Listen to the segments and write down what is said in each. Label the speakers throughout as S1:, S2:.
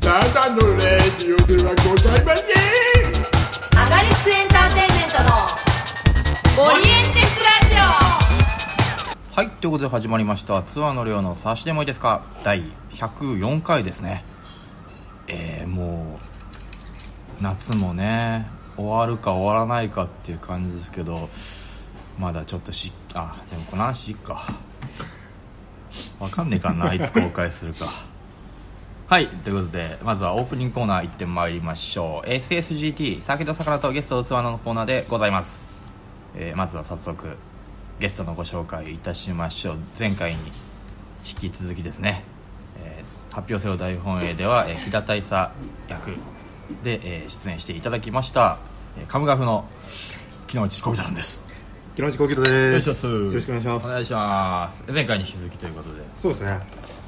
S1: ただのレディオではございません
S2: アガリスクエンターテインメントのオリエンテスラジオ
S3: はい、ということで始まりました「ツアーの量の差しでもいいですか」第104回ですねえー、もう夏もね終わるか終わらないかっていう感じですけどまだちょっとしあでもこの話いっかわかんねえかないつ公開するかはいということでまずはオープニングコーナー行ってまいりましょう SSGT 酒と魚とゲストとツアーのコーナーでございますえーまずは早速ゲストのご紹介いたしましょう前回に引き続きですね、えー発表せよ大本営では、えー、日田大佐役で、えー出演していただきました、えー、カムガフの木之内小木田さんです
S4: 木之内幸喜で
S3: よろし
S4: す。
S3: くお
S4: よろしくお願いします。
S3: お願いします前回に引き続きということで
S4: そうですね。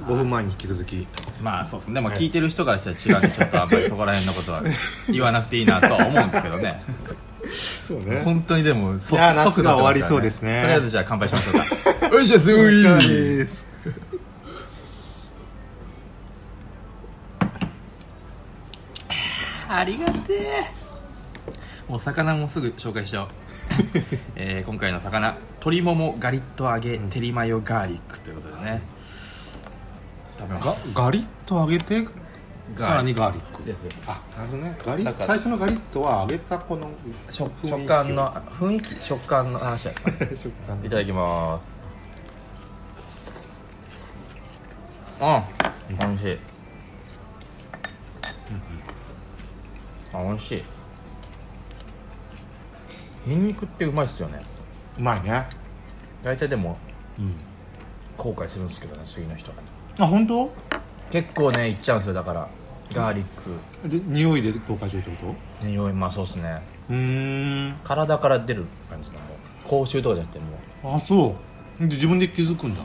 S4: 5分前に引き続き。
S3: まあそうですね、まあ、
S4: はい
S3: 聞いてる人からしたら違うんでちょっとあんまりそこら辺のことは言わなくていいなとは思うんですけどね
S4: そうね
S3: 本当にでもそ
S4: いやー
S3: 即
S4: 夏が終わりそうですね
S3: とりあえずじゃあ乾杯しましょうかよいしょすごい
S4: す。
S3: ありがてえお魚もすぐ紹介しちゃおう、 えー今回の魚鶏ももガリッと揚げ照りマヨガーリックということでね食べま
S4: ガ
S3: す
S4: ガリッと揚げて、
S3: ガ
S4: さらにガーリック。
S3: ですです
S4: あ、なるほどね。ガリ
S3: だから
S4: 最初のガリットは揚げたこの
S3: 食
S4: 雰囲気を
S3: 食感の雰囲気食感の話だから
S4: 食感
S3: いただきますあ美味しいあ美味しいニンニクってうまいっすよね
S4: うまいね。
S3: 大体でも
S4: うん。
S3: 後悔するんですけどね次の人
S4: あ、本当？
S3: 結構ねいっちゃうんですよだからガーリッ
S4: で匂いで公開するってこと？
S3: ク匂いまあそうっすね
S4: うーん。
S3: 体から出る感じだね口臭とかじゃなくても
S4: あ、そう。で自分で気づくんだ。
S3: う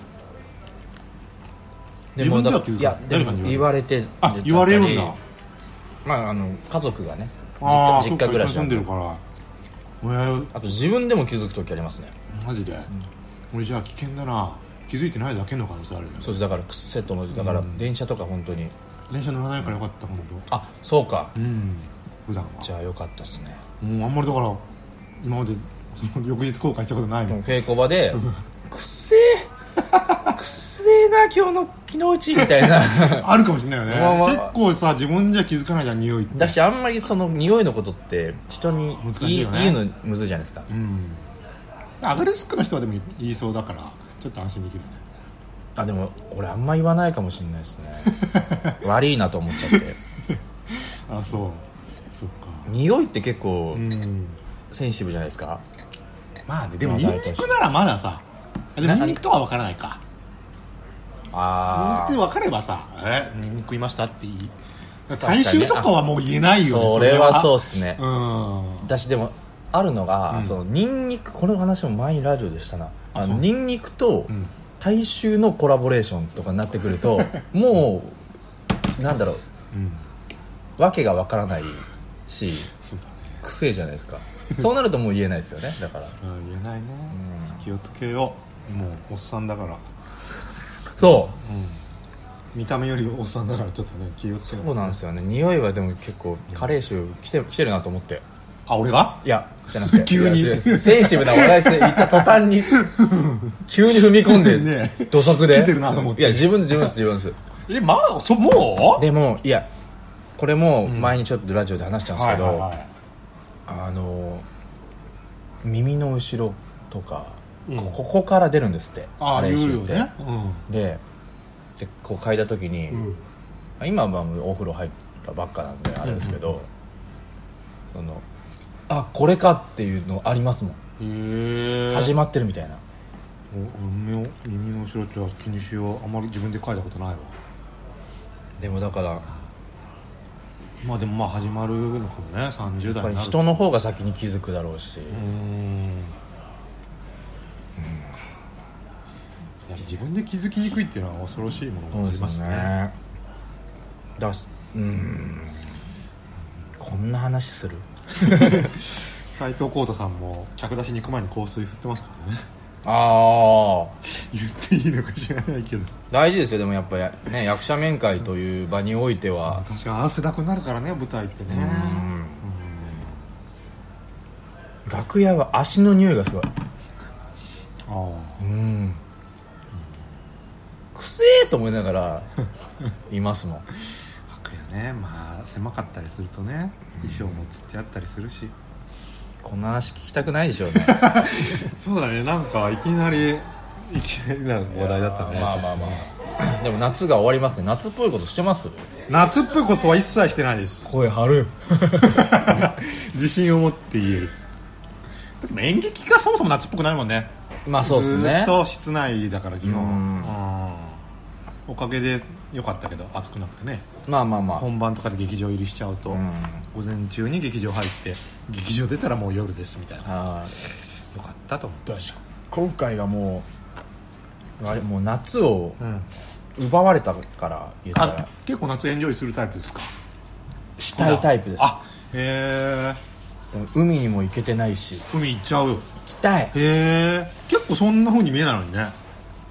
S3: で
S4: 自分では
S3: だ
S4: っていうか
S3: いやで
S4: 誰か
S3: も
S4: に
S3: 言
S4: 言
S3: わ
S4: わ
S3: れて
S4: あ、言われるんだ。
S3: まああの家族がね
S4: あー
S3: 実家
S4: そ
S3: 実
S4: っか
S3: 家暮らし
S4: 一緒に住
S3: な
S4: ん
S3: ん
S4: で
S3: で
S4: るから。親
S3: あと自分でも気づく時ありますね
S4: マジで。俺じゃあ危険だな。気づいてないだけの可能性あるよね。
S3: そうですだからくっせと思うだから電車とか本当に
S4: 電車乗らないからよかった本
S3: あそうか
S4: 当。うん普段は
S3: じゃあよかったっすね
S4: もうあんまりだから今までその翌日後悔したことない
S3: で
S4: も
S3: も
S4: ん
S3: 稽古場で「くっせえくっせえな今日の昨日うち」みたいな
S4: あるかもしれないよね、
S3: まあまあ
S4: 結構さ自分じゃ気づかないじゃん匂いって
S3: だしあんまりその匂いのことって人に
S4: 難
S3: 言
S4: し
S3: い
S4: いよね
S3: 言うのむずいじゃないですか
S4: うんアガリスクの人はでも言いそうだからちょっと安心できるよね
S3: あでも俺あんま言わないかもしれないです ね悪いなと思っちゃって
S4: あそうそっか
S3: 匂いって結構
S4: うん
S3: センシティブじゃないですか
S4: まあねでもニンニクならまださあでも
S3: な
S4: ニンニクとは分からないかニンニクって
S3: ああ
S4: 分かればさ「えニンニク食いました?」って言い
S3: かに
S4: 大
S3: ね
S4: 衆とかはもう言えないよね
S3: それはそうっすね
S4: うん
S3: だしでもあるのが、
S4: うん
S3: そのニンニクこの話も前にラジオでしたな
S4: あ
S3: あ
S4: そ
S3: の
S4: う
S3: ニンニクと
S4: うん
S3: 大衆のコラボレーションとかになってくる ともうなんだろ
S4: うん
S3: うわけがわからないし
S4: そうだね
S3: 癖じゃないで すかそうなるともう言えないですよねだから
S4: あ言えないね、
S3: うん
S4: 気をつけようもうおっさんだから、
S3: そ
S4: 見た目よりおっさんだからちょっとね気をつけ
S3: う
S4: よ
S3: そうなんですよね匂いはでも結構加齢臭来て来てるなと思って
S4: あ俺が
S3: いやじゃなく て
S4: 急に
S3: いや違うセンシティブな話題って言った途 端に急に踏み込んで、
S4: ね
S3: 土足で
S4: 来てるなと思って
S3: いや自分自分です自分です
S4: えまあそも
S3: でもいやこれも前にちょっとラジオで話したんですけど、
S4: い
S3: あの耳の後ろとか、
S4: うん
S3: こここから出るんですって
S4: ああ
S3: 加
S4: 言う
S3: 齢臭
S4: よ
S3: って
S4: ね
S3: ででこう嗅いだ時に、
S4: うん、うん、
S3: 今はまあもうお風呂入ったばっかなんであれですけど、そのあこれかっていうのありますもん、
S4: へえ
S3: 始まってるみたいな
S4: お耳を耳の後ろじゃ気にしようあんまり自分で書いたことないわ
S3: でもだから
S4: まあでもまあ始まるのかもね30
S3: やっ
S4: 代
S3: ぱ
S4: に
S3: り
S4: なる
S3: 人の方が先に気づくだろうし、
S4: うーんやっぱ自分で気づきにくいっていうのは恐ろしいものがありますね
S3: だしうーんこんな話する
S4: 斉藤浩太さんも客出しに行く前に香水振ってますからね
S3: ああ
S5: 言っていいのか知らないけど
S3: 大事ですよでもやっぱやね役者面会という場においては
S5: 確かに汗だくになるからね舞台ってね
S3: うん楽屋は足の匂いがすごい
S5: あ
S3: うんくせえと思いながらいますもん
S5: あ楽屋ねまあ狭かったりするとね衣装もつってあったりするし
S3: こんな話聞きたくないでしょうね
S5: そうだねなんかいきなりいきなりな話題だったね
S3: まあまあま あでも夏が終わりますね夏っぽいことしてます
S5: 夏っぽいことは一切してないです
S3: 声張る
S5: 自信を持って言えるだって演劇がそもそも夏っぽくないもんね
S3: まあそうです
S5: ずー
S3: ね
S5: っと室内だから基本
S3: うん
S5: うんおかげで良かったけど暑くなくてね
S3: まあまあまあ
S5: 本番とかで劇場入りしちゃうと、
S3: うん
S5: 午前中に劇場入って劇場出たらもう夜ですみたいな
S3: あ
S5: よかったと思って
S3: ー今回がもうあれもう夏を
S5: うん
S3: 奪われたから言った
S5: あ
S3: ら
S5: 結構夏エンジョイするタイプですか
S3: したいタイプです
S5: あへえ
S3: でも海にも行けてないし
S5: 海行っちゃうよ
S3: 行きたい
S5: へえ結構そんな風に見えないのにね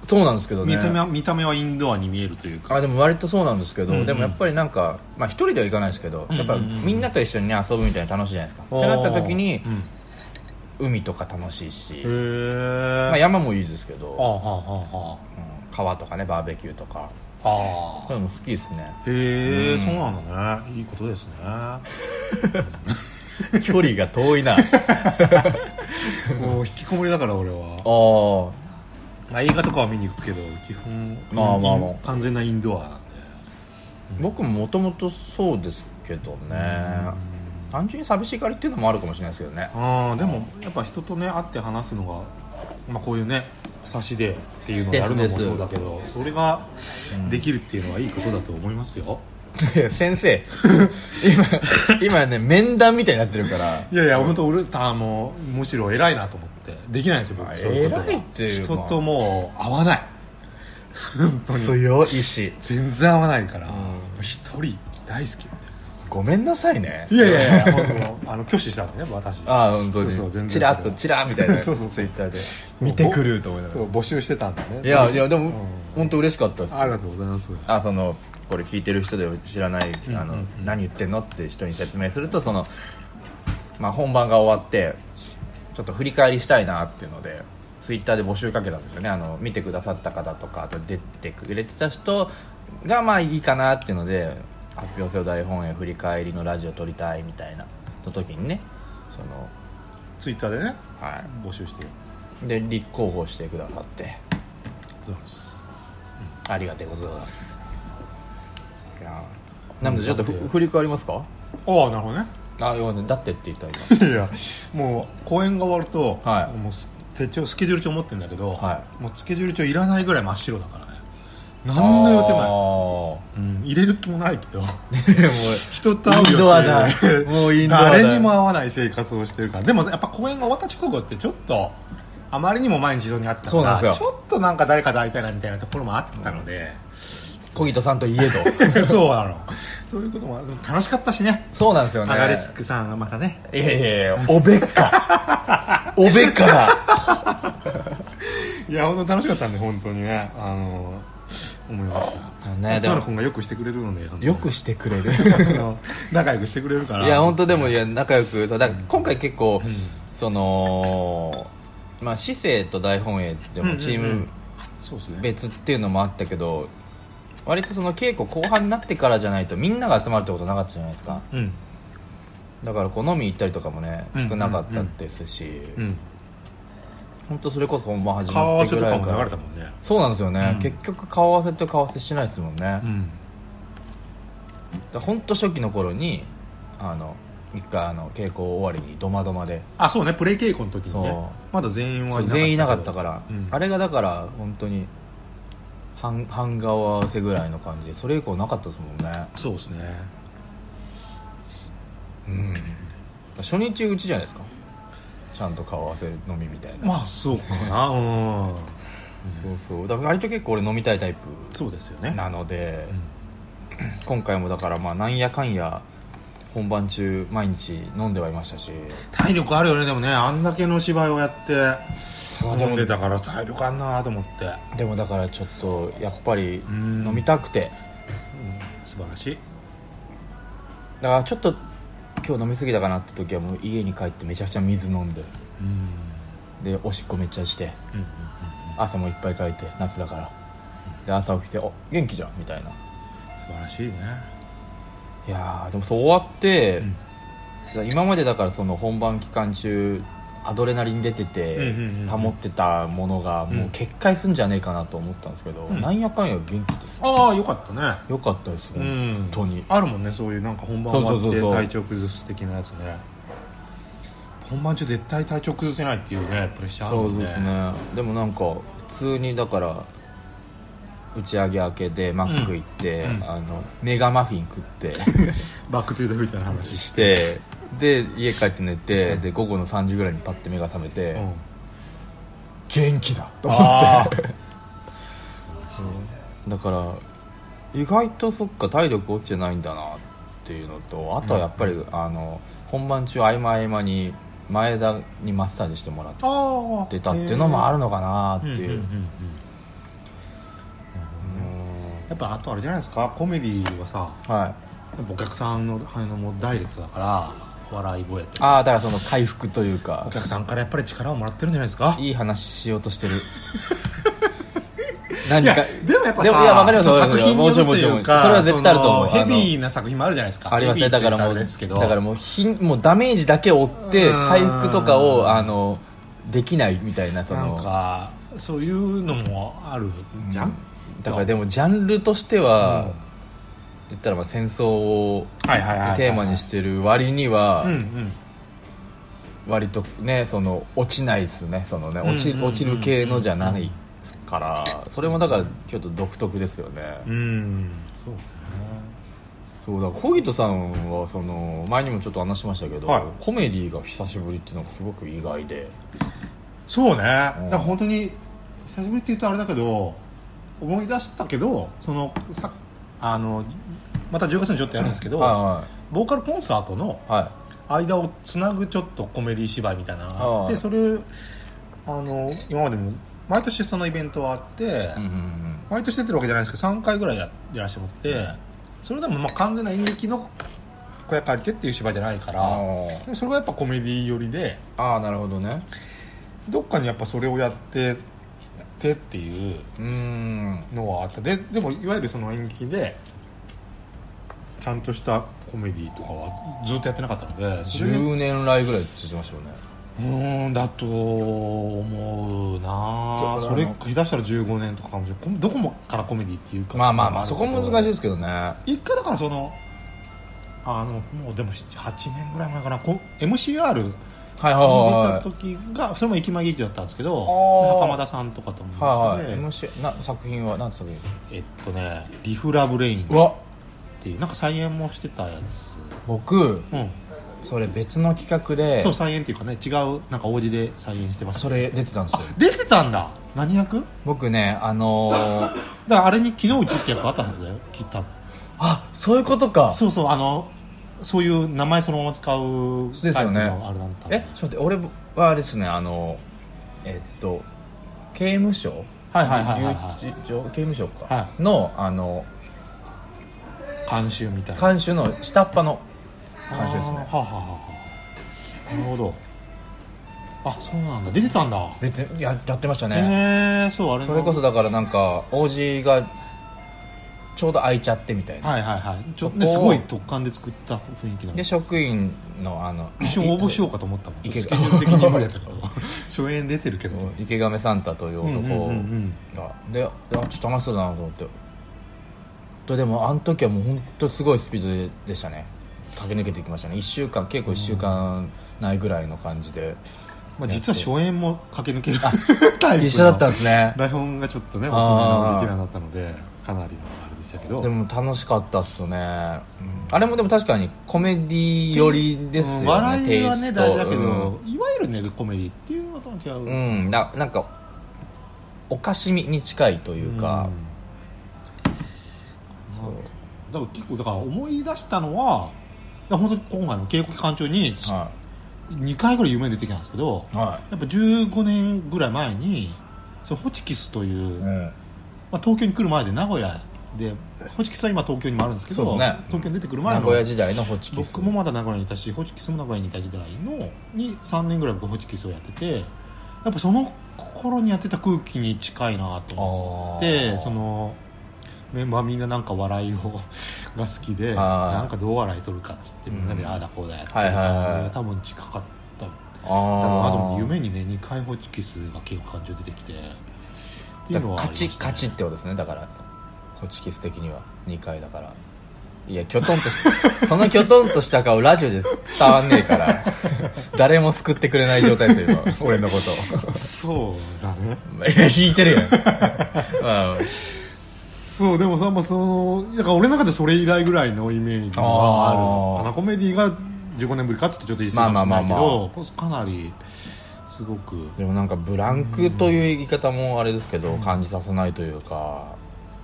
S3: そうなんですけどね
S5: 見た目は見た目はインドアに見えるというか
S3: あでも割とそうなんですけど、
S5: うんうん
S3: でもやっぱりなんか、まあ、一人では行かないですけど、
S5: うんうんうん
S3: やっぱみんなと一緒に、ね、遊ぶみたいな楽しいじゃないですかってなった時に、海とか楽しいし
S5: へ、え、
S3: まあ、
S5: や
S3: 山もいいですけ
S5: あ
S3: ど、
S5: はあはあは
S3: うん川とかねバーベキューとか
S5: ああ
S3: そういうの好きですね
S5: へえ、
S3: うん
S5: そうなんだねいいことです ね
S3: 距離が遠 いなあ
S5: もう引きこもりだから俺は
S3: ー
S5: まあ映画とかは見に行くけど基本
S3: まあまあまあ
S5: 完全なインドアなんで
S3: 僕ももともとそうですけどね単純に寂しがりっていうのもあるかもしれないですけどね
S5: あーでもやっぱ人とね会って話すのが、まあ、こういうね差しでっていうのをやるの
S3: で
S5: も
S3: すです
S5: そうだけどそれができるっていうのはいいことだと思いますよ、
S3: いや先 生今今ね面談みたいになってるから
S5: いやいや本当俺たもうむしろ偉いなと思ってできないんですよ
S3: まあ
S5: 僕そういうことが
S3: 偉いっていうか
S5: 人ともう会わない本当に
S3: 強いし
S5: 全然会わないから
S3: う
S5: 一人大好きみたいな
S3: ごめんなさいね
S5: いやいやいや、本 当あの拒否したのね、私。
S3: ああ本当に
S5: そうそう全然
S3: チラッとチラーみたいな
S5: そうそう
S3: ツイッターで
S5: そう
S3: 見てくると思いなが
S5: そう、募集してたんだね。
S3: らいやいやでも、
S5: うん
S3: 本当嬉しかったです
S5: ありがとうございます。
S3: あそのこれ聞いてる人で知らない、
S5: ん
S3: あの
S5: うんう
S3: 何言ってんのって人に説明するとその、まあ、本番が終わってちょっと振り返りしたいなっていうのでツイッターで募集かけたんですよねあの見てくださった方とかあと出てくれてた人がまあいいかなっていうので発表せよ大本営振り返りのラジオ撮りたいみたいなの時にねその、
S5: ツイッターでね、
S3: は
S5: 募集して。
S3: い、で立候補してくださって
S5: そ
S3: ありがとうございますいやーなのでちょっとふ振り返りますか
S5: うああ、なるほどね。
S3: あ、ごめんなさい。だってって言った今。
S5: いや、もう、公演が終わると、
S3: はい
S5: もうす、手帳、スケジュール帳持ってるんだけど、
S3: は
S5: もうスケジュール帳いらないぐらい真っ白だからね。何の予定もない。
S3: な
S5: うん、入れる気もないけど。
S3: い。も
S5: 人と会う
S3: インドアだ
S5: 予定
S3: もうインドアだ
S5: 誰にも会わない生活をしてるからでもやっぱ公演が終わった直後ってちょっとあまりにも毎日人に会ってた
S3: そうなん
S5: か
S3: ですよ
S5: らちょっとなんか誰かと会いたいなみたいなところもあったので、
S3: う、小木戸さんといえど。
S5: そうなのそういうこともでも楽しかったしね
S3: そうなんですよね。
S5: パガレスクさんがまたね
S3: いやいやいや、おべっか。おべっかだ。
S5: いや本当楽しかったんで本当にねあの思いました
S3: ねで
S5: 松
S3: も
S5: 村君がよくしてくれるので本当に
S3: よくしてくれる。
S5: あの仲良くしてくれるから
S3: いや、本当でも、いや、仲良く、そうだから今回結構、その、まあ、市政と大本営でもチー
S5: うんうんう
S3: ム
S5: んそうですね
S3: 別っていうのもあったけど、割とその稽古後半になってからじゃないとみんなが集まるってことなかったじゃないですか。
S5: うん
S3: だからこう飲み行ったりとかもね、少なかったですし。
S5: うん
S3: 本当それこそ本番始
S5: 顔合
S3: ま
S5: わ
S3: って
S5: せと
S3: ぐら
S5: か
S3: い
S5: も
S3: か
S5: 流れ
S3: ら
S5: たもんね
S3: そうなんですよね、
S5: うん
S3: 結局顔合わせと顔合わせしないですもんね、
S5: うん
S3: 本当初期の頃にあの一回あの稽古終わりにドマドマで
S5: あそうねプレイ稽古の時に
S3: そう
S5: ねまだ全員は
S3: そう全員いなかったから、
S5: うん
S3: あれがだから本当に半半顔合わせぐらいの感じでそれ以降なかったですもんね
S5: そうですね
S3: うん初日うちじゃないですかちゃんと顔合わせのみみたいな、
S5: まあそうか なうん
S3: そうそうだから割と結構俺飲みたいタイプ
S5: そうですよね
S3: なので、
S5: うん
S3: 今回もだからまあなんやかんや本番中毎日飲んではいましたし
S5: 体力あるよねでもねあんだけの芝居をやって
S3: あでも
S5: 飲んでたから体力あんなと思って
S3: でもだからちょっとやっぱり
S5: ん
S3: 飲みたくて
S5: 素晴らしい
S3: だからちょっと今日飲み過ぎたかなって時はもう家に帰ってめちゃくちゃ水飲んで
S5: うん
S3: でおしっこめっちゃして
S5: うんうん
S3: 朝もいっぱいかいて夏だからで朝起きて「あ元気じゃん」みたいな
S5: 素晴らしいね
S3: いやーでもそう終わって、
S5: うん
S3: じゃあ今までだからその本番期間中アドレナリン出てて
S5: うんうんうん
S3: 保ってたものがもう決壊すんじゃねえかなと思ったんですけど、
S5: うん
S3: なんやかんや元気です
S5: ああよかったね
S3: よかったですよ、
S5: うん
S3: 本当に
S5: あるもんねそういうなんか本番終
S3: そう
S5: わ
S3: そうそ
S5: っ
S3: う
S5: て
S3: そう
S5: 体調崩す的なやつね本番中絶対体調崩せないっていうねプレッシャーある
S3: そ
S5: も
S3: うん
S5: ね
S3: ですねでもなんか普通にだから打ち上げ明けでマック行って、
S5: うん
S3: あのメガマフィン食 って
S5: バック・トゥ・ザ・フューチャーの話
S3: してで家帰って寝てで午後の3時ぐらいにパッて目が覚めて、
S5: うん
S3: 元気だと思って
S5: あー
S3: だから意外とそっか体力落ちてないんだなっていうのとあとはやっぱり、あの本番中合間合間に前田にマッサージしてもらっ
S5: あ
S3: てたっていうのもあ
S5: る
S3: るのかなっていう、
S5: やっぱあとあれじゃないですかコメディはさ
S3: うんはい
S5: やっぱお客さんの反応もダイレクトだから笑い声って
S3: ああだからその回復という
S5: お
S3: か
S5: 客さんからやっぱり力をもらってるんじゃないですか
S3: いい話しようとしてる
S5: い
S3: 何
S5: や
S3: か
S5: でもやっぱさ
S3: でもいやわかります
S5: その
S3: わか
S5: 作
S3: ります
S5: 品によるとい
S3: もちろんも
S5: うか
S3: ちろんそれは絶対あると思う
S5: そのヘビーな作品もあるじゃないですか
S3: ありますね
S5: ヘ
S3: だ
S5: ビー
S3: から
S5: って言った
S3: も
S5: あ
S3: う
S5: れですけど
S3: だからもうひんもうダメージだけを負って
S5: うん
S3: 回復とかをあのできないみたいなそ
S5: な
S3: の
S5: んかそういうのもあるじゃん、
S3: だからでもジャンルとしては、言ったらまあ戦争を
S5: はいはいはいはい
S3: テーマにしてる割には
S5: うんうん
S3: 割とねその落ちないですねそのね
S5: うん
S3: 落ち
S5: うんうん
S3: 落ちる系のじゃないからそれもだからちょっと独特ですよね、
S5: うんそうね
S3: そうだから小木戸さんはその前にもちょっと話しましたけど、
S5: はい
S3: コメディが久しぶりっていうのがすごく意外で
S5: そうねだ
S3: うん
S5: から本当に久しぶりって言うとあれだけど思い出したけどそのさあのまた10月にちょっとやるんですけど、
S3: は
S5: ボーカルコンサートの
S3: いはい、はい、
S5: 間をつなぐちょっとコメディ芝居みたいなのがあっ
S3: ああ
S5: てそれあの今までも毎年そのイベントはあって、
S3: うんうんうん
S5: 毎年出てるわけじゃないですけど3回ぐらいややらせてもらっててそれでもまあ完全な演劇の小屋借りてっていう芝居じゃないか
S3: あ
S5: らでもそれがやっぱコメディ寄りで
S3: ーあーなるほどね
S5: どっかにやっぱそれをやってやってっていう
S3: うーん
S5: のはあったででもいわゆるその演劇でちゃんとしたコメディとかはずっとやってなかったのでそれで
S3: 10年来ぐらいって言ってましたよね
S5: うーんだと思うなあ
S3: そう
S5: それ下手したら15年とかかもしれないこどこもからコメディっていうか
S3: まあまあまあそこ難しいですすけどねあ
S5: 一回だからそのあのもうでも8年ぐらい前かなこ MCR
S3: は
S5: に出
S3: い
S5: た
S3: はい
S5: 時がそれも駅前劇場だったんですけど
S3: あー
S5: 袴田さんとかとも
S3: はいはいはい
S5: 一緒で、
S3: もしな作品は何て作品
S5: えっとね「リフラブレイン」っ
S3: わ
S5: ていうなんか再演もしてたやつ
S3: 僕
S5: うん
S3: それ別の企画で
S5: そう再演っていうかね違うなんか王子で再演してました
S3: それ出てたんですよ
S5: あ出てたんだ何役
S3: 僕ねあのー
S5: だからあれに木之内って役あったはずだよきっと
S3: あそういうことか
S5: そうそうあのそういう名前そのまま使う
S3: そうですよね
S5: タイプのあれなんだ
S3: えちょっと待って俺はあれですねあのえっと刑務所
S5: はいはいはいはいはい
S3: 留置場刑務所か、
S5: は
S3: のあの
S5: 監修みたいな
S3: 監修の下っ端の監修です
S5: あ
S3: ね
S5: ーはあはあはあなるほどあそうなんだ出てたんだ
S3: 出てややってました
S5: へ
S3: ね、
S5: えそうあれの
S3: それこそだからなんか王子がちょうど空いちゃってみたいな、
S5: はいはいはいち
S3: そ
S5: ょ、
S3: こを
S5: ね、すごい特感で作った雰囲気なん
S3: で
S5: で
S3: 職員のあの
S5: 一瞬応募しようかと思ったもん
S3: いけ
S5: スケジュール的に無理だったけど初演出てるけど
S3: 池上サンタという
S5: うん
S3: 男
S5: うん
S3: が、
S5: うんうん
S3: であちょっと楽しそうだなと思ってとでもあの時はもう本当すごいスピードででしたね駆け抜けていきましたね1週間結構1週間ないぐらいの感じで、
S5: まあ、実は初演も駆け抜ける タイプの
S3: 一緒だったんですね
S5: 台本がちょっとね
S3: あー
S5: 遅めの劇団だったのでかなりのあれでしたけど
S3: でも楽しかったっすよね、あれもでも確かにコメディ寄りですよね、
S5: うん笑いは
S3: テイ
S5: ね
S3: スト
S5: 大事だけ
S3: うん
S5: ど、いわゆるねコメディっていうのとも違う、
S3: うんななんかおかしみに近いというか、
S5: うんだから結構だから思い出したのはら本当に今回の稽古期間中に
S3: は
S5: 2回ぐらい夢に出てきたんですけど
S3: いは
S5: やっぱ15年ぐらい前にそのホチキスという、
S3: い、うん、
S5: まあ、東京に来る前で名古屋でホチキスは今東京にもあるんですけど
S3: そうですね
S5: 東京に出てくる前
S3: 名
S5: の
S3: 古屋時代のホチキス
S5: 僕もまだ名古屋にいたしホチキスも名古屋にいた時代のに3年ぐらい僕ホチキスをやっててやっぱその頃にやってた空気に近いなと思
S3: あ
S5: ってそのメンバーみんななんか笑いをが好きで
S3: あー
S5: なんかどう笑い取るかっつってみんなで
S3: うん
S5: ああだこうだやって
S3: はいはいはい
S5: 多分近かった
S3: あー
S5: あと思って夢にね2回ホチキスが結構感情出てきてってい
S3: だ
S5: う
S3: か
S5: の
S3: ら
S5: はあ
S3: 勝
S5: りま
S3: ち
S5: したね
S3: 勝ちってことですねだからホチキス的には2回だからいやきょとんとし そのきょとんとした顔ラジオで伝わんねえから 誰も救ってくれない状態ですよ今俺のこと
S5: そうだ ね
S3: いや引いてるやん、まあ、
S5: そうでもさ、まあ、そのだから俺の中でそれ以来ぐらいのイメージはあるのか
S3: あ
S5: な
S3: ー
S5: コメディが15年ぶりかちょっとちょっと言い過ぎかもしれないけど、
S3: まあまあま
S5: かなりすごく
S3: でもなんかブランクという言い方もあれですけど、感じさせないというか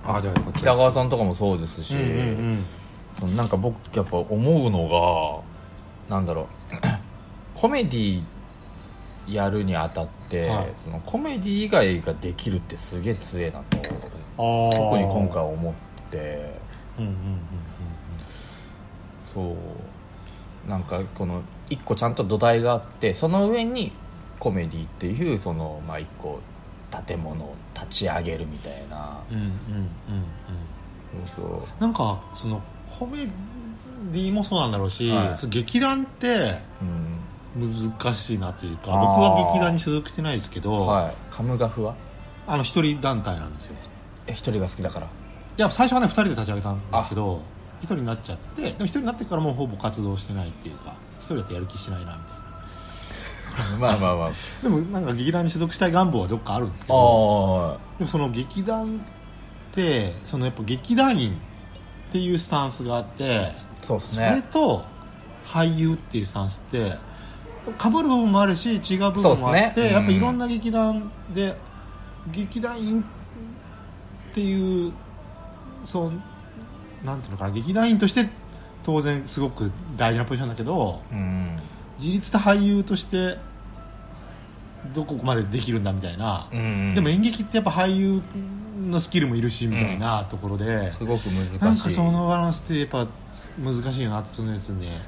S5: あじゃあよかった
S3: 北川さんとかもそうですし、
S5: うんうんうん
S3: そのなんか僕やっぱ思うのがなんだろう コメディやるにあたって、
S5: はい
S3: そのコメディ以外ができるってすげえ強えなと特に
S5: あー
S3: 今回思って
S5: うんうん
S3: そうなんかこの一個ちゃんと土台があってその上にコメディっていうそのまあ一個建物を立ち上げるみたいな
S5: うんうんうんうんうんうん
S3: そうそう
S5: なんかそのコメディもそうなんだろうし、
S3: はい
S5: その劇団って
S3: うん
S5: 難しいなというか僕
S3: あー
S5: は劇団に所属してないですけど、
S3: はいカムガフは
S5: あの一人団体なんですよ
S3: え一人が好きだ から
S5: いや最初はね2人で立ち上げたんですけど1人になっちゃってでも1人になってからもうほぼ活動してないっていうか1人だとやる気しないなみたいな
S3: まあ まあまあ
S5: でもなんか劇団に所属したい願望はどっかあるんですけ
S3: あ
S5: ど
S3: あ
S5: でもその劇団ってそのやっぱ劇団員っていうスタンスがあって
S3: そうです
S5: それ
S3: ね
S5: と俳優っていうスタンスってかぶる部分もあるし違う部分もあ
S3: そう
S5: っ、
S3: ってすねうん
S5: やっぱいろんな劇団で劇団員っていうそうなんていうのかな劇団員として当然すごく大事なポジションだけど
S3: うん
S5: 自立した俳優としてどこまでできるんだみたいな、
S3: うん
S5: でも演劇ってやっぱ俳優のスキルもいるしみたいなところで、
S3: すごく難しい
S5: なんかそのバランスってやっぱ難しいなって常々ね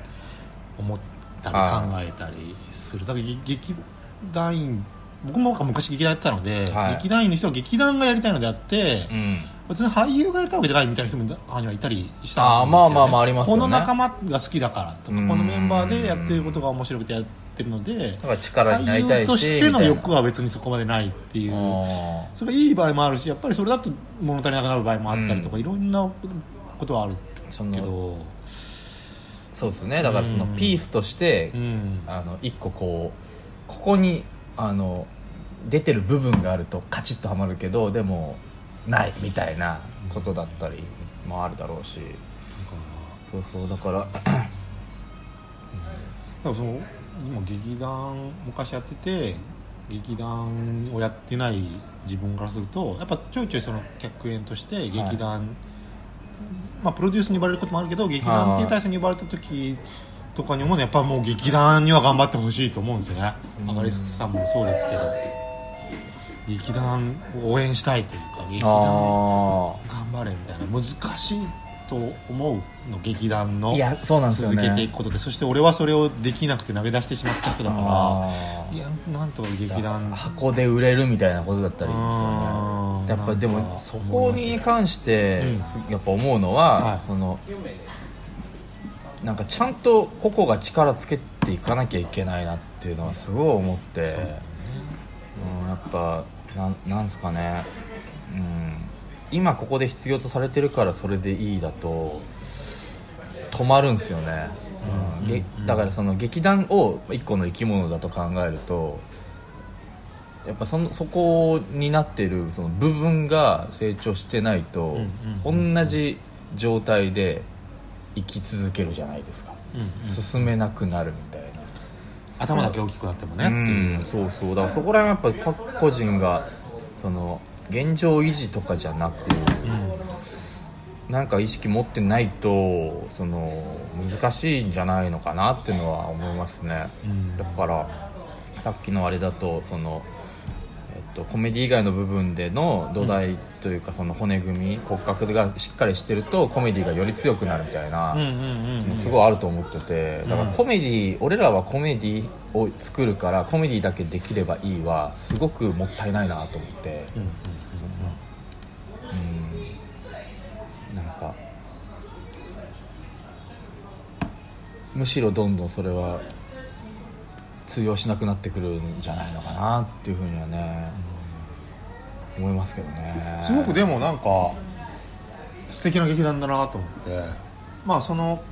S5: 思った
S3: あ
S5: り考えたりするだから劇劇団員僕も昔劇団やってたので、
S3: はい
S5: 劇団員の人は劇団がやりたいのであって、
S3: うん
S5: 別に俳優がやりたいわけじゃないみたいな人も中にはいたりした
S3: あー
S5: ん
S3: まあまあまあありますよね
S5: この仲間が好きだからとか
S3: うん
S5: このメンバーでやってることが面白くてやってるので
S3: だから力になり
S5: 俳
S3: た
S5: 優
S3: いし
S5: としての欲
S3: は
S5: は別にそこまでないっていうそれがいい場合もあるしやっぱりそれだと物足りなくなる場合もあったりとか、
S3: うん
S5: いろんなことはある
S3: そ
S5: け
S3: の
S5: ど、
S3: そうですねだからその
S5: うん
S3: ピースとして、
S5: うん、
S3: あの一個こうここにあの出てる部分があるとカチッとはまるけどでもないみたいなことだったりもあるだろうしそうそうだから
S5: だからその今劇団昔やってて劇団をやってない自分からするとやっぱちょいちょいその客演として劇団、まあ、プロデュースに呼ばれることもあるけど劇団っていう体制に呼ばれた時とかに思うのはやっぱもう劇団には頑張ってほしいと思うんですよね
S3: うん
S5: アガリスクさんもそうですけど劇団を応援したいというか劇団頑張れみたいな難しいと思うの劇団の
S3: いやそうなんですよ
S5: 続
S3: ね
S5: けていくことでそして俺はそれをできなくて投げ出してしまった人だか
S3: あー
S5: らいやなんとか劇団
S3: 箱で売れるみたいなことだったりですよ
S5: うん
S3: ねやっぱで
S5: なん
S3: も
S5: か
S3: そこに関して
S5: うん
S3: すやっぱ思うのは、
S5: はい
S3: そのなんかちゃんと個々が力つけていかなきゃいけないなっていうのはすごい思ってう、ん、やっぱなんなんすかね、うん、今ここで必要とされてるからそれでいいだと止まるんですよね、うんげだからその劇団を一個の生き物だと考えるとやっぱそのそこになってるその部分が成長してないと、
S5: うんうん
S3: 同じ状態で生き続けるじゃないですか、
S5: うんうん
S3: 進めなくなるみたいな。
S5: 頭だけ大きくなってもね
S3: う
S5: ってい
S3: ん
S5: う
S3: そうそうだからそこら辺はやっぱ各個人がその現状維持とかじゃなく、
S5: うん
S3: なんか意識持ってないとその難しいんじゃないのかなっていうのは思いますね、
S5: うん
S3: だからさっきのあれだとその、えっと、コメディ以外の部分での土台というかその骨組み骨格がしっかりしてるとコメディがより強くなるみたいな、
S5: うんうんうん
S3: すごいあると思っててだからコメディ、俺らはコメディを作るからコメディだけできればいいはすごくもったいないなと思って
S5: うんうん
S3: うんなんかむしろどんどんそれは通用しなくなってくるんじゃないのかなっていうふうにはね、思いますけどね
S5: すごくでもなんか素敵な劇団だなと思ってまあその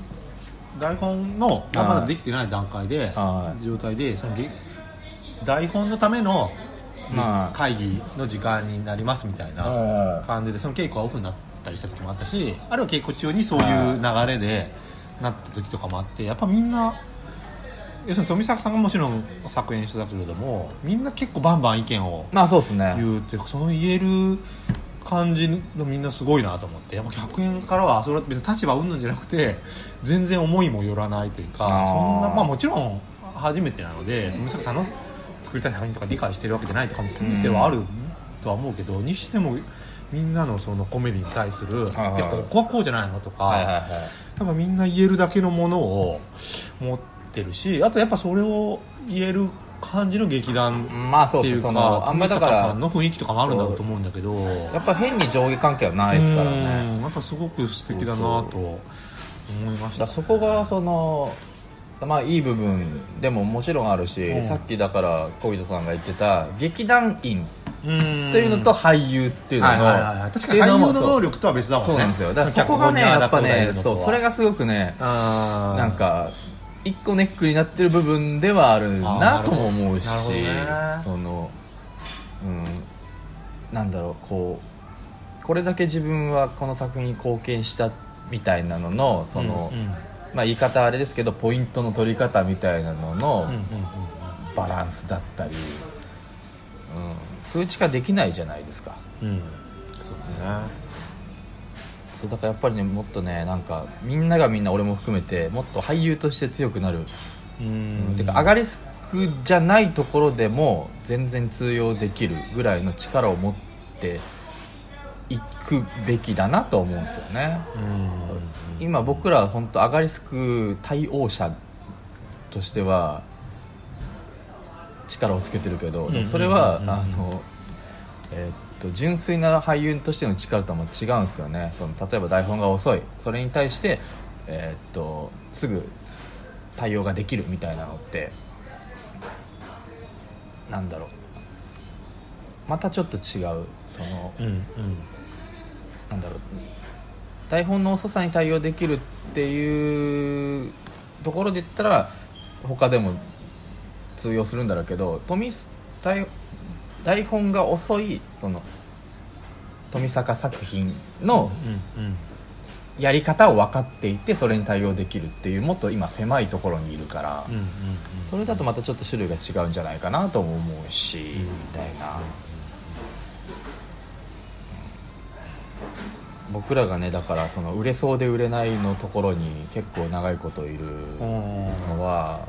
S5: 台本のまあまだできてない段階で、
S3: はい
S5: 状態でそのげ台本のための
S3: はい
S5: 会議の時間になりますみたいな
S3: は
S5: 感じでその稽古がオフになったりした時もあったしあるいは稽古中にそういう流れでなった時とかもあってやっぱみんな要するに富坂さんがもちろん作演してたけれどもみんな結構バンバン意見を
S3: いまあそうですね
S5: 言うってその言える感じのみんなすごいなと思ってやっぱ100円からはそれは別に立場うんぬんじゃなくて全然思いもよらないというか
S3: あー
S5: そんなまあもちろん初めてなので富坂さんの作りたい作品とか理解してるわけじゃないとかも含めてはあるとは思うけど、にしてもみんなのそのコメディに対する、
S3: はいはい
S5: いやここはこうじゃないのとか、
S3: はいはいはい
S5: やっぱみんな言えるだけのものを持ってるしあとやっぱそれを言える感じの劇団
S3: まあそう
S5: ってい
S3: で
S5: う
S3: す
S5: か
S3: そのあんまりだから
S5: 富坂さんの雰囲気とかもあるんだろうと思うんだけど
S3: やっぱ変に上下関係はないですからね
S5: うんやっぱすごく素敵だなと思いま
S3: だ
S5: し
S3: か
S5: た
S3: らそこがそのまあいい部分でももちろんあるし、
S5: うん
S3: さっきだから小人さんが言ってた劇団員
S5: うん
S3: というのと俳優っていうのの、
S5: はいはいはいはい確かに俳優の能力とは別だもんね
S3: そうなんですよだからそこがねやっぱねそうそれ
S5: が
S3: がすごくね
S5: な
S3: なんか一個ネックになってる部分ではあるなとも思うし
S5: あーなる
S3: そのうんなんだろうこうこれだけ自分はこの作品に貢献したみたいなののその、
S5: うんうん
S3: まあ、言い方あれですけどポイントの取り方みたいなのの、
S5: うんうんうん
S3: バランスだったり、うん、数値化できないじゃないですか
S5: うんうんそうね
S3: そうだからやっぱりねもっとねなんかみんながみんな俺も含めてもっと俳優として強くなる、う
S5: う
S3: んん、てか上がりすくじゃないところでも全然通用できるぐらいの力を持っていくべきだなと思うんですよね、
S5: うん
S3: 今僕ら本当アガリスク対応者としては力をつけてるけど、
S5: うん
S3: でもそれは、
S5: うん
S3: あのえーっと純粋な俳優としての力とはも違うんですよねその例えば台本が遅いそれに対して、えーっとすぐ対応ができるみたいなのってなんだろうまたちょっと違うその
S5: うんうん
S3: なんだろう台本の遅さに対応できるっていうところで言ったら他でも通用するんだろうけど富す台台本が遅いその富坂作品の
S5: うんうん
S3: やり方を分かっていてそれに対応できるっていうもっと今狭いところにいるから、
S5: うんうん
S3: それだとまたちょっと種類が違うんじゃないかなとも思うし、みたいな、僕らがねだからその売れそうで売れないのところに結構長いこといるの
S5: うん
S3: は、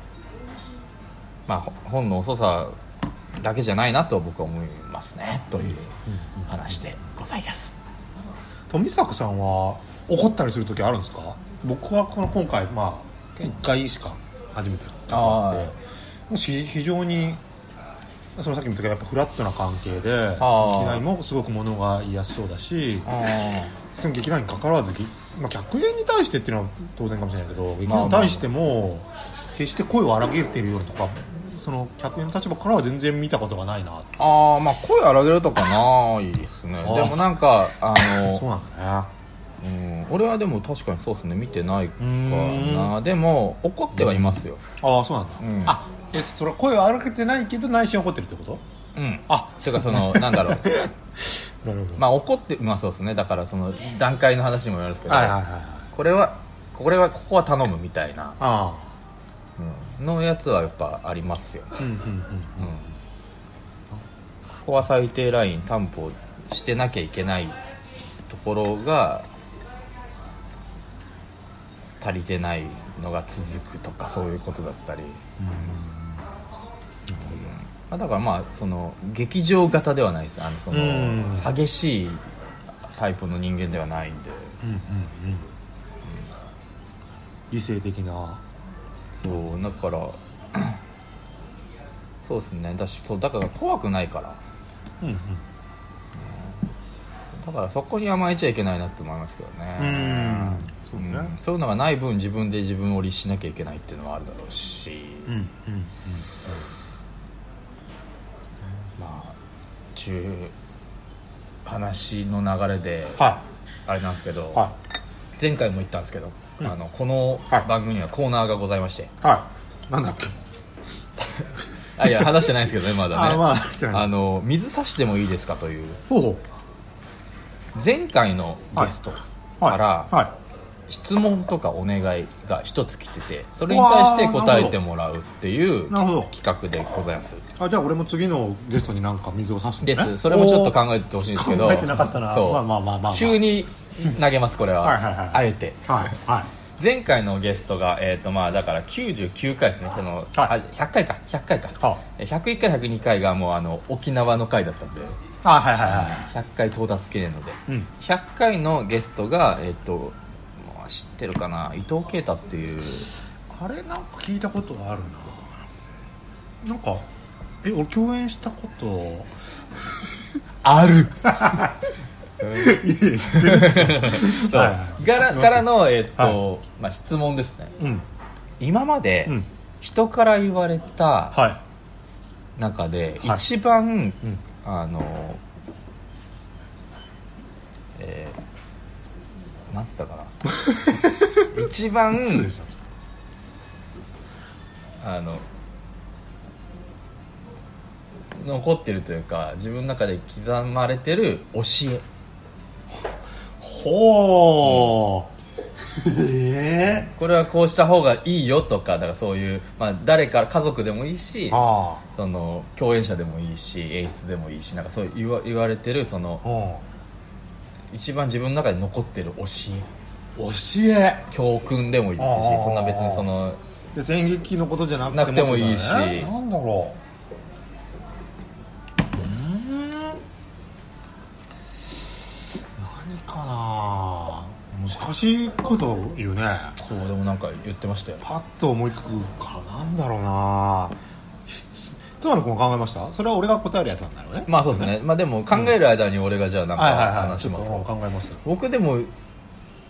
S3: まあほ本の遅さだけじゃないなと僕は思いますねという話でございます。
S5: 富坂さんは怒ったりする時あるんですか僕はこの今回まあ1回しか初めて
S3: あー
S5: でもし非常にそのさっきも言ったけどやっぱフラットな関係で
S3: ー
S5: 劇団もすごく物が言いやすそうだしその劇団に関わらず、ぎまあ、客演に対してっていうのは当然かもしれないけど劇団に対しても決して声を荒げてるようなとかその客演の立場からは全然見たことがないな
S3: ああまあ声荒げるとかないですね
S5: あー
S3: でもなんかあの
S5: そうなんだね
S3: うん、俺はでも確かにそうですね見てないか
S5: うー
S3: なでも怒ってはいますよ
S5: ああそうなんだ、
S3: うん
S5: あえそれは声は荒げてないけど内心怒ってるってこと
S3: うん
S5: あ
S3: てかそのなんだろう
S5: なるほど
S3: まあ怒ってまあそうですねだからその段階の話にもよるんですけど、
S5: はいはいはいはい
S3: これはこれはここは頼むみたいな、
S5: あ
S3: うん、のやつはやっぱありますよ、
S5: あうんうん
S3: うん、ここは最低ライン担保してなきゃいけないところが足りてないのが続くとかそういうことだったり、まあ、だからまあその劇場型ではないですあのそ
S5: うん
S3: の激しいタイプの人間ではないんで
S5: うんうんうん理性的な
S3: そうだからそうですねだしそうだから怖くないから
S5: うんうん
S3: だからそこに甘えちゃいけないなって思いますけどね
S5: うん
S3: そうねそういうのがない分自分で自分を律しなきゃいけないっていうのはあるだろうし、
S5: うんうんうん
S3: まあ中話の流れで
S5: は
S3: あれなんですけど、
S5: いは
S3: 前回も言ったんですけど、
S5: うん
S3: あのこの
S5: はい
S3: 番組にはコーナーがございまして、
S5: いはいなんだっけ
S3: あ いや話してないんですけどねまだね
S5: あまあ話してない
S3: あの水差してもいいですかという
S5: ほうほ
S3: 前回のゲスト
S5: うはい
S3: から、
S5: は
S3: 質問とかお願いが一つ来ててそれに対して答えてもらうっていう
S5: なるほど
S3: 企画でございます
S5: いあじゃあ俺も次のゲストになんか水を差すのね
S3: ですそれもちょっと考えてほしいんですけど
S5: 考えてなかったな
S3: そう
S5: まあまあまあまあまあ
S3: 急に投げますこれは,、
S5: はいはいはい
S3: あえて
S5: はいはい
S3: 前回のゲストが、えーとまあ、だから99回ですねその、あ100回か100回か、
S5: は
S3: え101回102回がもうあの沖縄の回だったんで
S5: あはいはいはいは
S3: 100回到達記念ので、
S5: いうん
S3: 100回のゲストが、えっとまあ知ってるかな伊藤啓太っていう
S5: あれなんか聞いたことがあるななんかえ俺共演したこと
S3: ある
S5: いやいや知ってるんですよはい
S3: からからの、えっと
S5: は
S3: まあ、質問ですね
S5: うん
S3: 今まで
S5: うん
S3: 人から言われた
S5: はい
S3: 中で
S5: はい
S3: 一番、
S5: うん
S3: あのえー、なんつった かな一番
S5: そうでしょ
S3: あの残ってるというか自分の中で刻まれてる教え
S5: ほー、え
S3: これはこうした方がいいよとかだからそういう、まあ、誰から家族でもいいし
S5: えあ
S3: その共演者でもいいし演出でもいいしなんかそういう言わ言われてるそ
S5: あ
S3: の
S5: うん
S3: 一番自分の中で残ってる教
S5: 教え
S3: え教訓でもいいです
S5: あー
S3: しそんな別にその
S5: で演劇のことじゃなくて
S3: なくてもいいし
S5: ってことだねなんだろううーん何かな難しいこと言うね
S3: そうでもなんか言ってましたよ
S5: パッと思いつくからなんだろうなつまりこの考えましたそれは俺が答えるやつなんだろうね
S3: まあそうですね、まあ、でも考える間に俺がじゃあなんか
S5: はいはいはい
S3: 話します
S5: ちょっと考えます
S3: 僕でも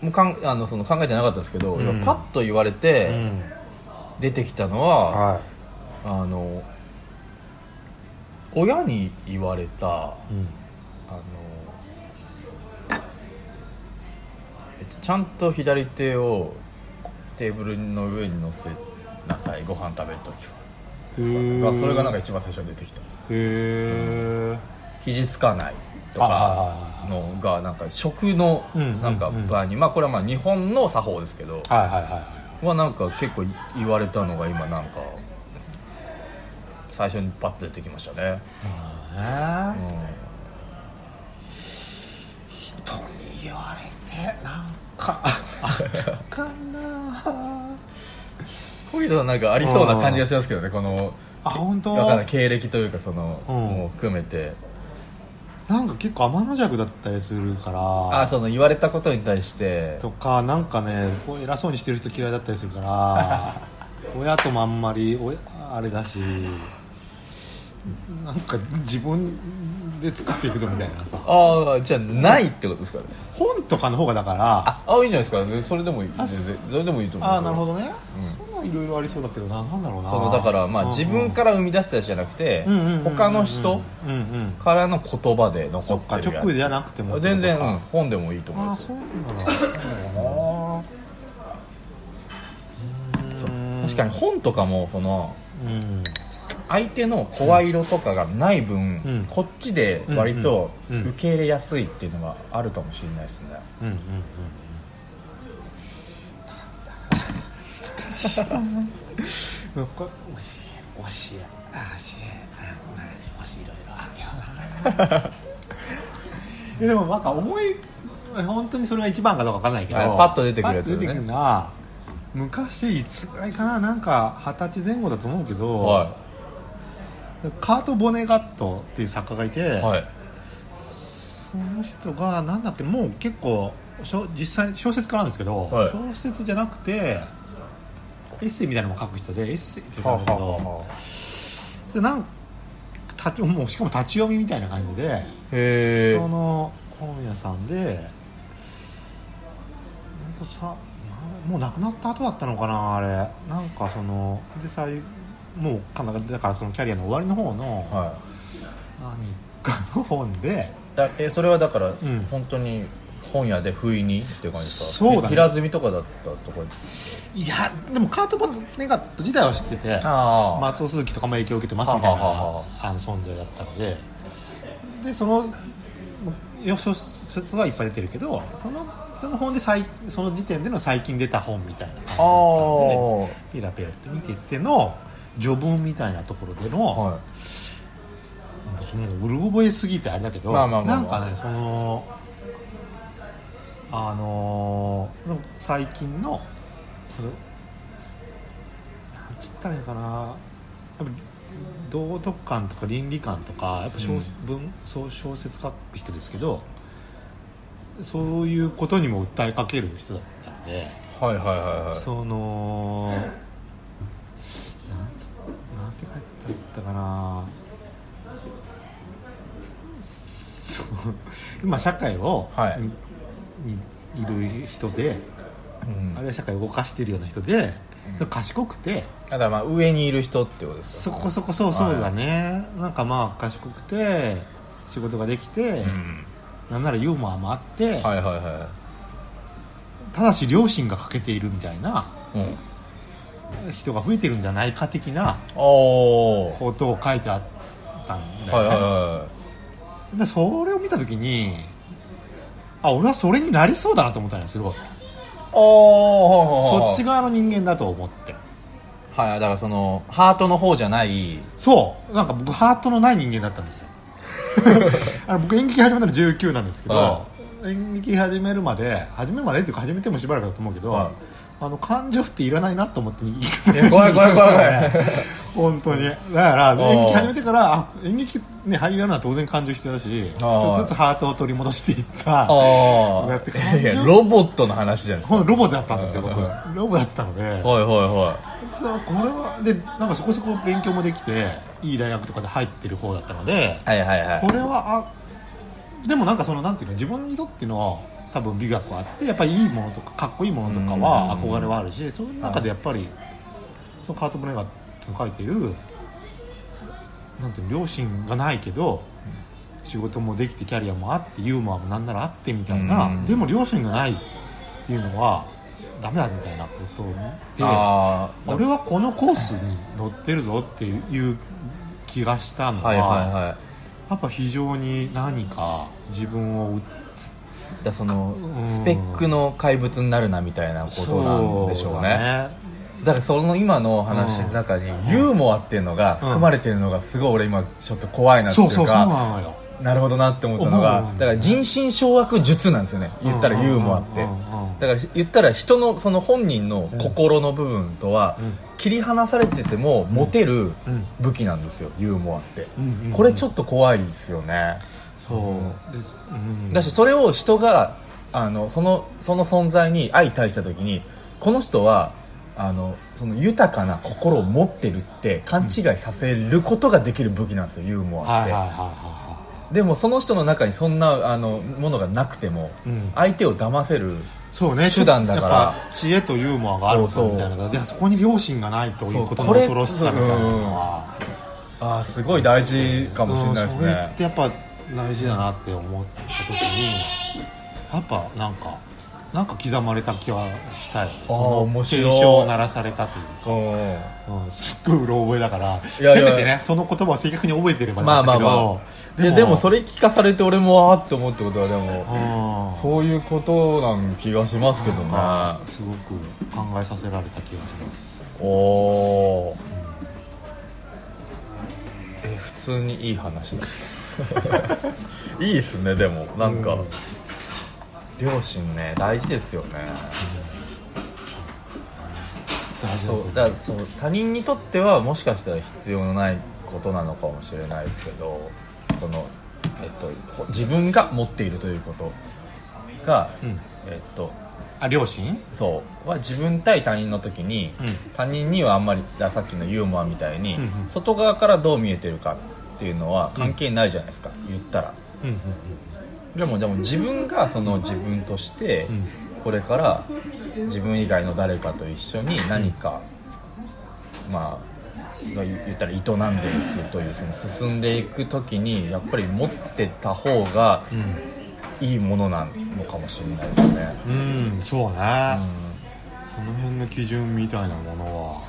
S3: もうかんあのその考えてなかったんですけど、
S5: うん
S3: パッと言われ
S5: う
S3: て
S5: ん
S3: 出てきたのは、
S5: は
S3: あの親に言われたあ
S5: い、うん
S3: の、えっと、ちゃんと左手をテーブルの上に乗せなさいご飯食べるときは
S5: へ
S3: まあそれがなん
S5: か
S3: か一番最初に出てきた
S5: へ
S3: 肘つかないと
S5: あは
S3: か
S5: いはいは
S3: のがなんか食の
S5: うん
S3: なんか
S5: うんうん
S3: 場合にまあこれはまあ日本の作法ですけど
S5: えはいはいはいは
S3: はなんか結構言われたのが今なんか最初にパッと出てきましたね、
S5: いまあ
S3: う
S5: ね
S3: ん
S5: 人に言われてなんかあったかな
S3: こういうのなんかありそうな感じがしますけどねこの
S5: あ本当
S3: わかんない経歴というかその、
S5: うん
S3: もう含めて
S5: なんか結構天の弱だったりするから
S3: あその言われたことに対して
S5: とかなんかねこう偉そうにしてる人嫌いだったりするから 親ともあんまりおあれだしなんか自分で作っていくぞみたいなさ
S3: ああじゃあないってことですかね
S5: 本とかの方がだから
S3: ああいいじゃないですかそれでもいい
S5: あ
S3: 全然それでもいいと思う
S5: ああなるほどね、そんなんいろいろありそうだけどななんだろうな
S3: そのだからまあ自分からら生み出したやつじゃなくて他の人
S5: うんうん
S3: からの言葉で
S5: そ
S3: 残
S5: っ
S3: って
S5: か
S3: る
S5: 直じゃ
S3: や
S5: なくても
S3: つ全然、うん
S5: あ
S3: 本でもいいと思い
S5: あ
S3: ま
S5: ー
S3: す
S5: そ
S3: よ
S5: うなんだそうなんだ
S3: 確かに本とかもその
S5: うん
S3: 相手の声色とかがない分、
S5: うん
S3: こっちで割と
S5: うんうんうん
S3: 受け入れやすいっていうのがあるかもしれないですね、
S5: うんうんうんうん難しいな教え教えあ教えあまあ教えいろいろあるけどなでもなんか思い本当にそれが一番かどうかわかんないけど
S3: はいパッと出てくるやつ
S5: パッと出てくるのは昔いつぐらいかななんか二十歳前後だと思うけど、
S3: は
S5: カート・ボネガットっていう作家がいて、
S3: いはい
S5: その人がなんだっけもう結構しょ実際に小説家なんですけど、
S3: はい
S5: 小説じゃなくてエッセイみたいなのも書く人でエッセイって言
S3: は
S5: うんだけど、でなんたちもうしかも立ち読みみたいな感じで、
S3: へえ
S5: その本屋さんでなんかさなもう亡くなった後だったのかなあれなんかそので最もうかなだからそのキャリアの終わりの方の、
S3: は
S5: 何かの本で
S3: いだえそれはだから、
S5: ん
S3: 本当に本屋で不意にっていう感じですか
S5: そうだね
S3: ひ平積みとかだったとか
S5: いやでもカート・ボネガット自体は知ってて
S3: ああ
S5: 松尾鈴木とかも影響を受けてますみたいな
S3: はあはあは
S5: あの存在だったのででそのよ小説はいっぱい出てるけどそのその本で最その時点での最近出た本みたいな感じだったの
S3: は
S5: でペラペラって見てっての序文みたいなところでの、
S3: い
S5: もううる覚えすぎてあれだけど、
S3: まあまあまあ
S5: なん
S3: まあ
S5: かねそのあのー最近のそのなんつったらいいのかなやっぱ道徳観とか倫理観とかやっぱ小,、
S3: うん
S5: 文そう小説書く人ですけどそういうことにも訴えかける人だったんで。
S3: はいはいはいはい
S5: そのなんつなんて書いてあったかなそう今社会を、
S3: はい
S5: ににいる人で、
S3: うん
S5: あるいは社会を動かしているような人で、それ賢くて
S3: だからまあ上にいる人ってことです
S5: そ
S3: か
S5: こそこそうそうだね、なんかまあ賢くて仕事ができて、
S3: うん
S5: なんならユーモアもあって、
S3: はいはいは
S5: ただし両親が欠けているみたいない
S3: うん
S5: 人が増えてるんじゃないか的な
S3: おー
S5: ことを書いてあったんだ
S3: は
S5: よ
S3: い
S5: ね、
S3: はいは
S5: でそれを見た時にあ俺はそれになりそうだなと思ったのよすごい
S3: いおー
S5: そっち側の人間だと思って
S3: はいだからそのハートの方じゃない
S5: そうなんか僕ハートのない人間だったんです よあの僕演劇始めたの19なんですけど、
S3: は
S5: 演劇始めるまで始めるまでっていうか始めてもしばらくだと思うけど、
S3: はい
S5: あの感情っていらないなと思って生き
S3: いや怖い怖い怖い怖い
S5: 本当にだから
S3: ー
S5: 演劇始めてからあ演劇、ね、俳優やるのは当然感情必要だしちょっとずつハートを取り戻していった
S3: あ
S5: だって感
S3: あ
S5: 情
S3: いやロボットの話じゃないですか
S5: ほんとロボだったんですよ僕
S3: はいは
S5: ロボだったので
S3: はいは
S5: そうこれはでなんかそこそこ勉強もできていい大学とかで入ってる方だったので
S3: いはいはいはいはい
S5: これはあでもなんかそのなんていうの自分にとっての多分美学はあってやっぱりいいものとかかっこいいものとかは
S3: うん
S5: 憧れはあるしその中でやっぱり、そのカート・ブレガーと書いてるなんていうの両親がないけど仕事もできてキャリアもあってユーモアもなんならあってみたいな、
S3: うん
S5: でも両親がないっていうのはダメだみたいなことで
S3: ああ
S5: 俺はこのコースに乗ってるぞっていう気がしたのは。
S3: はいはいはい
S5: やっぱ非常に何か自分を
S3: だからその
S5: うん
S3: スペックの怪物になるなみたいなことなんでしょうねだからその今の話の中にユーモアっていうのが
S5: うん
S3: 含まれてるのがすごい俺今ちょっと怖いなってい
S5: そう
S3: う
S5: そうそう
S3: か
S5: なのよ
S3: なるほどなって思ったの
S5: 思う
S3: が
S5: よね
S3: だから人心掌握術なんですよね言ったらユーモアって
S5: うんうんうん
S3: だから言ったら人のその本人の心の部分とは
S5: うん
S3: 切り離されてても持てる
S5: うん
S3: 武器なんですよユーモアって
S5: うんうん
S3: これちょっと怖いですよね
S5: そうです、うん、
S3: だしそれを人があのそのその存在に相対した時にこの人はあのその豊かな心を持ってるって勘違いさせることができる武器なんですよユーモアっ
S5: は
S3: て、
S5: いはいはいは
S3: でもその人の中にそんなあのものがなくても、
S5: うん
S3: 相手を騙せる
S5: いそうね
S3: 手段だから
S5: やっぱ知恵とユーモアがある
S3: そうそう
S5: みたいなでそこに良心がないというこ
S3: そ
S5: との
S3: うこれ
S5: 恐ろしさみたいなのは
S3: ああすごい大事かもしれないです
S5: うんそれっ
S3: ね
S5: てやっぱ大事だなって思った時にやっぱなんかなんか刻まれた気はしたい
S3: あー面白い
S5: 警鐘を鳴らされたという
S3: うん
S5: うんすっごいうろ覚えだから
S3: いやいや
S5: せめてねその言葉を正確に覚えてればいいん
S3: まあ
S5: だ
S3: まあ
S5: けど
S3: まあででもそれ聞かされて俺もあーって思うってことはで
S5: う
S3: も
S5: ん
S3: そういうことなん気がしますけどね
S5: なんかすごく考えさせられた気がします
S3: おおえ普通にいい話 だいいですねでもなんか、
S5: うん
S3: 両親ね大事ですよね、
S5: 大事だと
S3: そ
S5: 思う
S3: うだからその他人にとってはもしかしたら必要のないことなのかもしれないですけどその、えっと、自分が持っているということが、
S5: うん
S3: えっと、
S5: あ両親
S3: そうは自分対他人の時に、
S5: うん
S3: 他人にはあんまりださっきのユーモアみたいに、
S5: うんうん
S3: 外側からどう見えてるかっていうのは関係ないじゃないですか、言ったら
S5: うんうん
S3: でもでも自分がその自分として、
S5: うん
S3: これから自分以外の誰かと一緒に何か、まあまあ言言ったら営んでいくというその進んでいく時にやっぱり持ってた方がいいものなのかもしれないですね、
S5: うん、うん、そう
S3: う
S5: ね、
S3: ん
S5: その辺の基準みたいなもの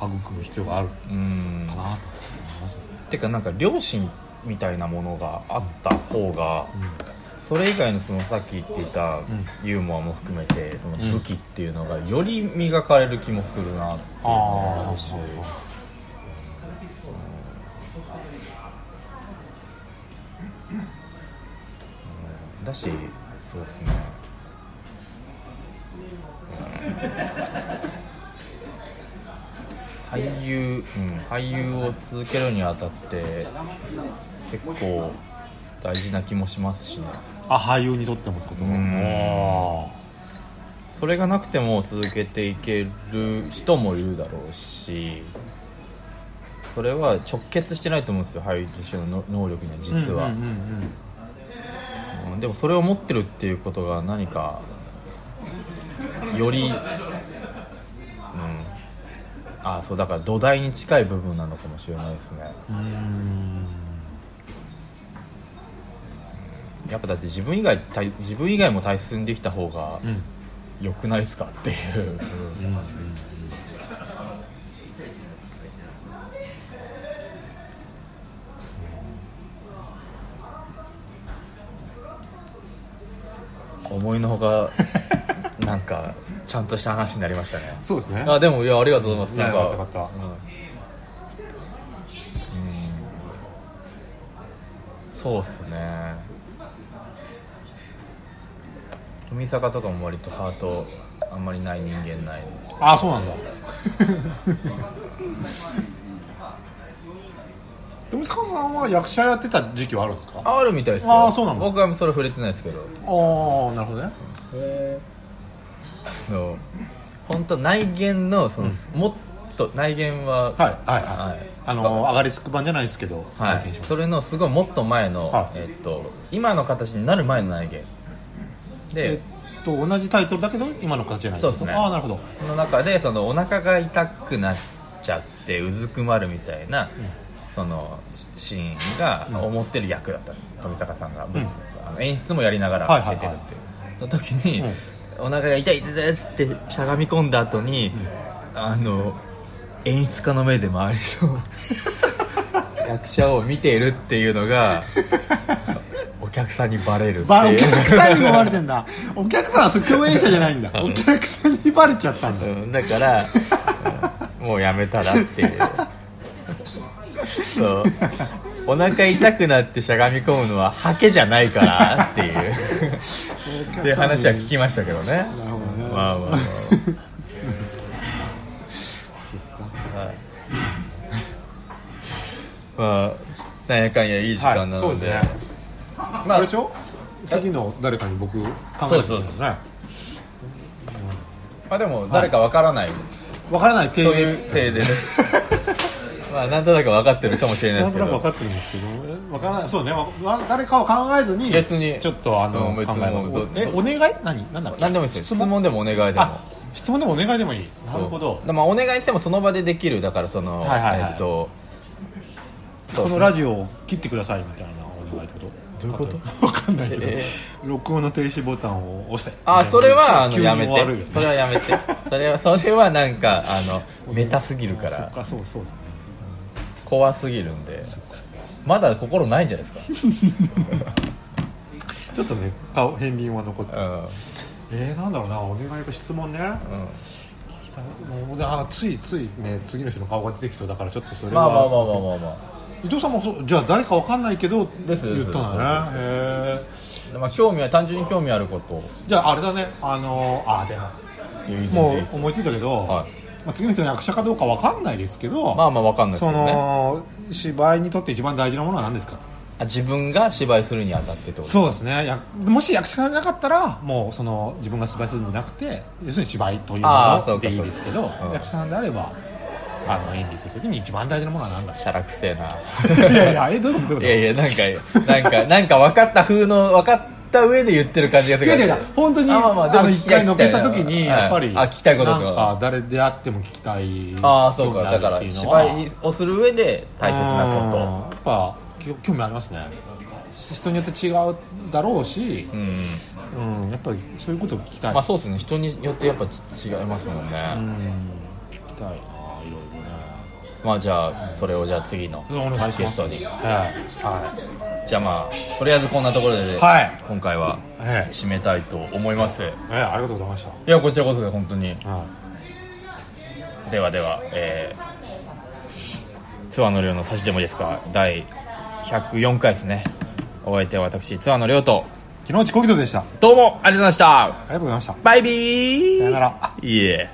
S5: は育む必要がある
S3: うん
S5: かなと思いますね、
S3: てかなんか両親みたいなものがあった方が
S5: うん
S3: それ以外のそのさっき言っていたユーモアも含めてその武器っていうのがより磨かれる気もするなって
S5: あ
S3: 思
S5: あ
S3: うしだしそうですねうん俳優、うん、俳優を続けるにあたって結構大事な気もしますしね
S5: あ俳優にとってもってこと
S3: うん
S5: あ
S3: それがなくても続けていける人もいるだろうしそれは直結してないと思うんですよ俳優としての能能力には
S5: ー
S3: 実は、
S5: うんうんうん
S3: うんでもそれを持ってるっていうことが何かよりうんあそうだから土台に近い部分なのかもしれないですね
S5: うんうん
S3: やっぱだって自分以外対自分以外も大切にできた方が
S5: うん
S3: 良くないですかっていう、
S5: うん
S3: 思いのほかなんかちゃんとした話になりましたね
S5: そうですね
S3: あでもいやありがとうございます
S5: いや
S3: なんか
S5: よかったよか
S3: うんうんそうっすね富坂とかも割とハートあんまりない人間ない
S5: あそうなんだ 富坂さんは役者やってた時期はあるんですかあ
S3: あるみたいですよ
S5: あーそうなんだ
S3: 僕はそれ触れてないですけど
S5: あーなるほどね
S3: あの本当内見のその、もっと内見は
S5: はいはいはい、
S3: はい
S5: あのー上がりすく版じゃないですけど、
S3: は
S5: 拝見
S3: い
S5: し、ました
S3: それのすごいもっと前の、
S5: はい
S3: えっと、今の形になる前の内見で、
S5: えっと同じタイトルだけど今の形じゃない
S3: そうですね
S5: ああなるほど
S3: その中でそのお腹が痛くなっちゃってうずくまるみたいな、そのシーンが
S5: うん
S3: 思ってる役だったんです富坂さんが、
S5: ん
S3: あの演出もやりなが
S5: はいは
S3: ら
S5: い
S3: 出て
S5: は
S3: るっ
S5: い
S3: ていうの時に、
S5: うん
S3: お腹が痛い痛い痛いっつってしゃがみ込んだ後に、あの演出家の目で周り の役者を見ているっていうの がお客さんにバレるって
S5: ばお
S3: いう
S5: 客さんにもバレてんだお客さんはそう共演者じゃないんだお客さんにバレちゃったんだ
S3: うん、だから、うんもうやめたらっていうそうお腹痛くなってしゃがみ込むのはハケじゃないからっていうっていう話は聞きましたけどね
S5: なるほどね
S3: まあまあまあ
S5: そっか
S3: まあなんやかんやいい時間なので、
S5: はいそうですね
S3: ま
S5: あ
S3: あ
S5: れでしょ次の誰かに僕考えて
S3: そうです
S5: ね
S3: まあでも誰かわからない
S5: わからない
S3: と
S5: 定
S3: いう体でねまあなんとなく分かってるかもしれないで
S5: なん
S3: すけ
S5: と
S3: ど
S5: なく分かってるんですけどえわからないそうねわわ誰かを考えずに
S3: 別に
S5: ちょっとあの
S3: うん別に
S5: 考えます
S3: ど
S5: え
S3: ど
S5: お願い何何だろう
S3: 何でもいいですよ質問でもお願いでも
S5: あ質問でもお願いでもいいなるほど
S3: そうでまあお願いしてもその場でできるだからその、
S5: はいはいはい
S3: えっとそう
S5: このラジオを切ってくださいみたいなお願いってこと
S3: どういうこと
S5: わかんないけど、
S3: え
S5: 録音の停止ボタンを押して
S3: あそれはあの
S5: 急に
S3: やめ
S5: 終わるよ
S3: てそれはやめてそれはそれはなんかあのメタすぎるか
S5: そっ
S3: ら
S5: かそうそう
S3: 怖すぎるんでまだ心ないんじゃないです
S5: ちょっとね顔片鱗は残ってる
S3: か
S5: えー、なんだろうなお願いか質問ね
S3: うん、うん、
S5: 聞きたいもうあついついね次の人の顔が出てきそうだからちょっとそれ
S3: ま
S5: は
S3: あまあまあまあまあま
S5: 伊藤さんもそうじゃあ誰かわかんないけど
S3: です
S5: 言ったんだねへえ
S3: あ、まあ、興味は単純に興味あること
S5: じゃああれだねあのー、あでも
S3: いやいいですよ
S5: も
S3: いいうですよ
S5: 思いついたけど、
S3: はい
S5: まあ、次の人の役者かどうかわかんないですけど、
S3: まあまあわかんないです
S5: そ
S3: けどね
S5: の芝居にとって一番大事なものは何ですか
S3: あ自分が芝居するにあたってってこと
S5: そうですねやもし役者がなかったらもうその自分が芝居するんじゃなくて要するに芝居というも
S3: あーそう
S5: の
S3: か
S5: でい
S3: そ
S5: い
S3: か
S5: うですけど、
S3: うん
S5: 役者さんであればあの演技するときに一番大事なものは何だし
S3: シャラくせえない
S5: やいやえどういうことどう
S3: い
S5: いうこと
S3: やいやなんかなんかなんか分かった風の分かった上で言ってる感じがする
S5: 違う違う違う本当に
S3: あ
S5: あ
S3: まあまあでも
S5: の
S3: 聞き
S5: 一
S3: たい
S5: 回乗っけた時
S3: はい
S5: にやっぱり、
S3: あ聞きたいこと
S5: な
S3: と
S5: ん
S3: か
S5: か誰であっても聞きたい
S3: ああそうか
S5: 興味
S3: だか
S5: あ
S3: ら
S5: るっていうのは
S3: 芝居をする上で大切なこ
S5: うんやっぱき興味ありますね人によって違うだろうし
S3: とう、ん
S5: うんやっぱりそういうことを聞きたい、
S3: まあそうですね人によってやっぱ違いますもんね、
S5: うん聞きたいないろいろね
S3: まあじゃあそれをじゃあ次の
S5: お願いし
S3: ゲ
S5: ま
S3: ス
S5: す
S3: トに
S5: はい、
S3: じゃあまあとりあえずこんなところで、
S5: はい
S3: 今回は
S5: ええ
S3: 締めたいと思います
S5: ええありがとうございまし
S3: いやこちらこそで本当に
S5: た、はい
S3: ではではえー、ツアーの量の差しでもいいですか第104回ですねお相手は私ツアーの量と
S5: 昨日うちコキトでしたあ
S3: どうもありがとうございました
S5: りがとうございました
S3: バイビー
S5: さよなら
S3: いえ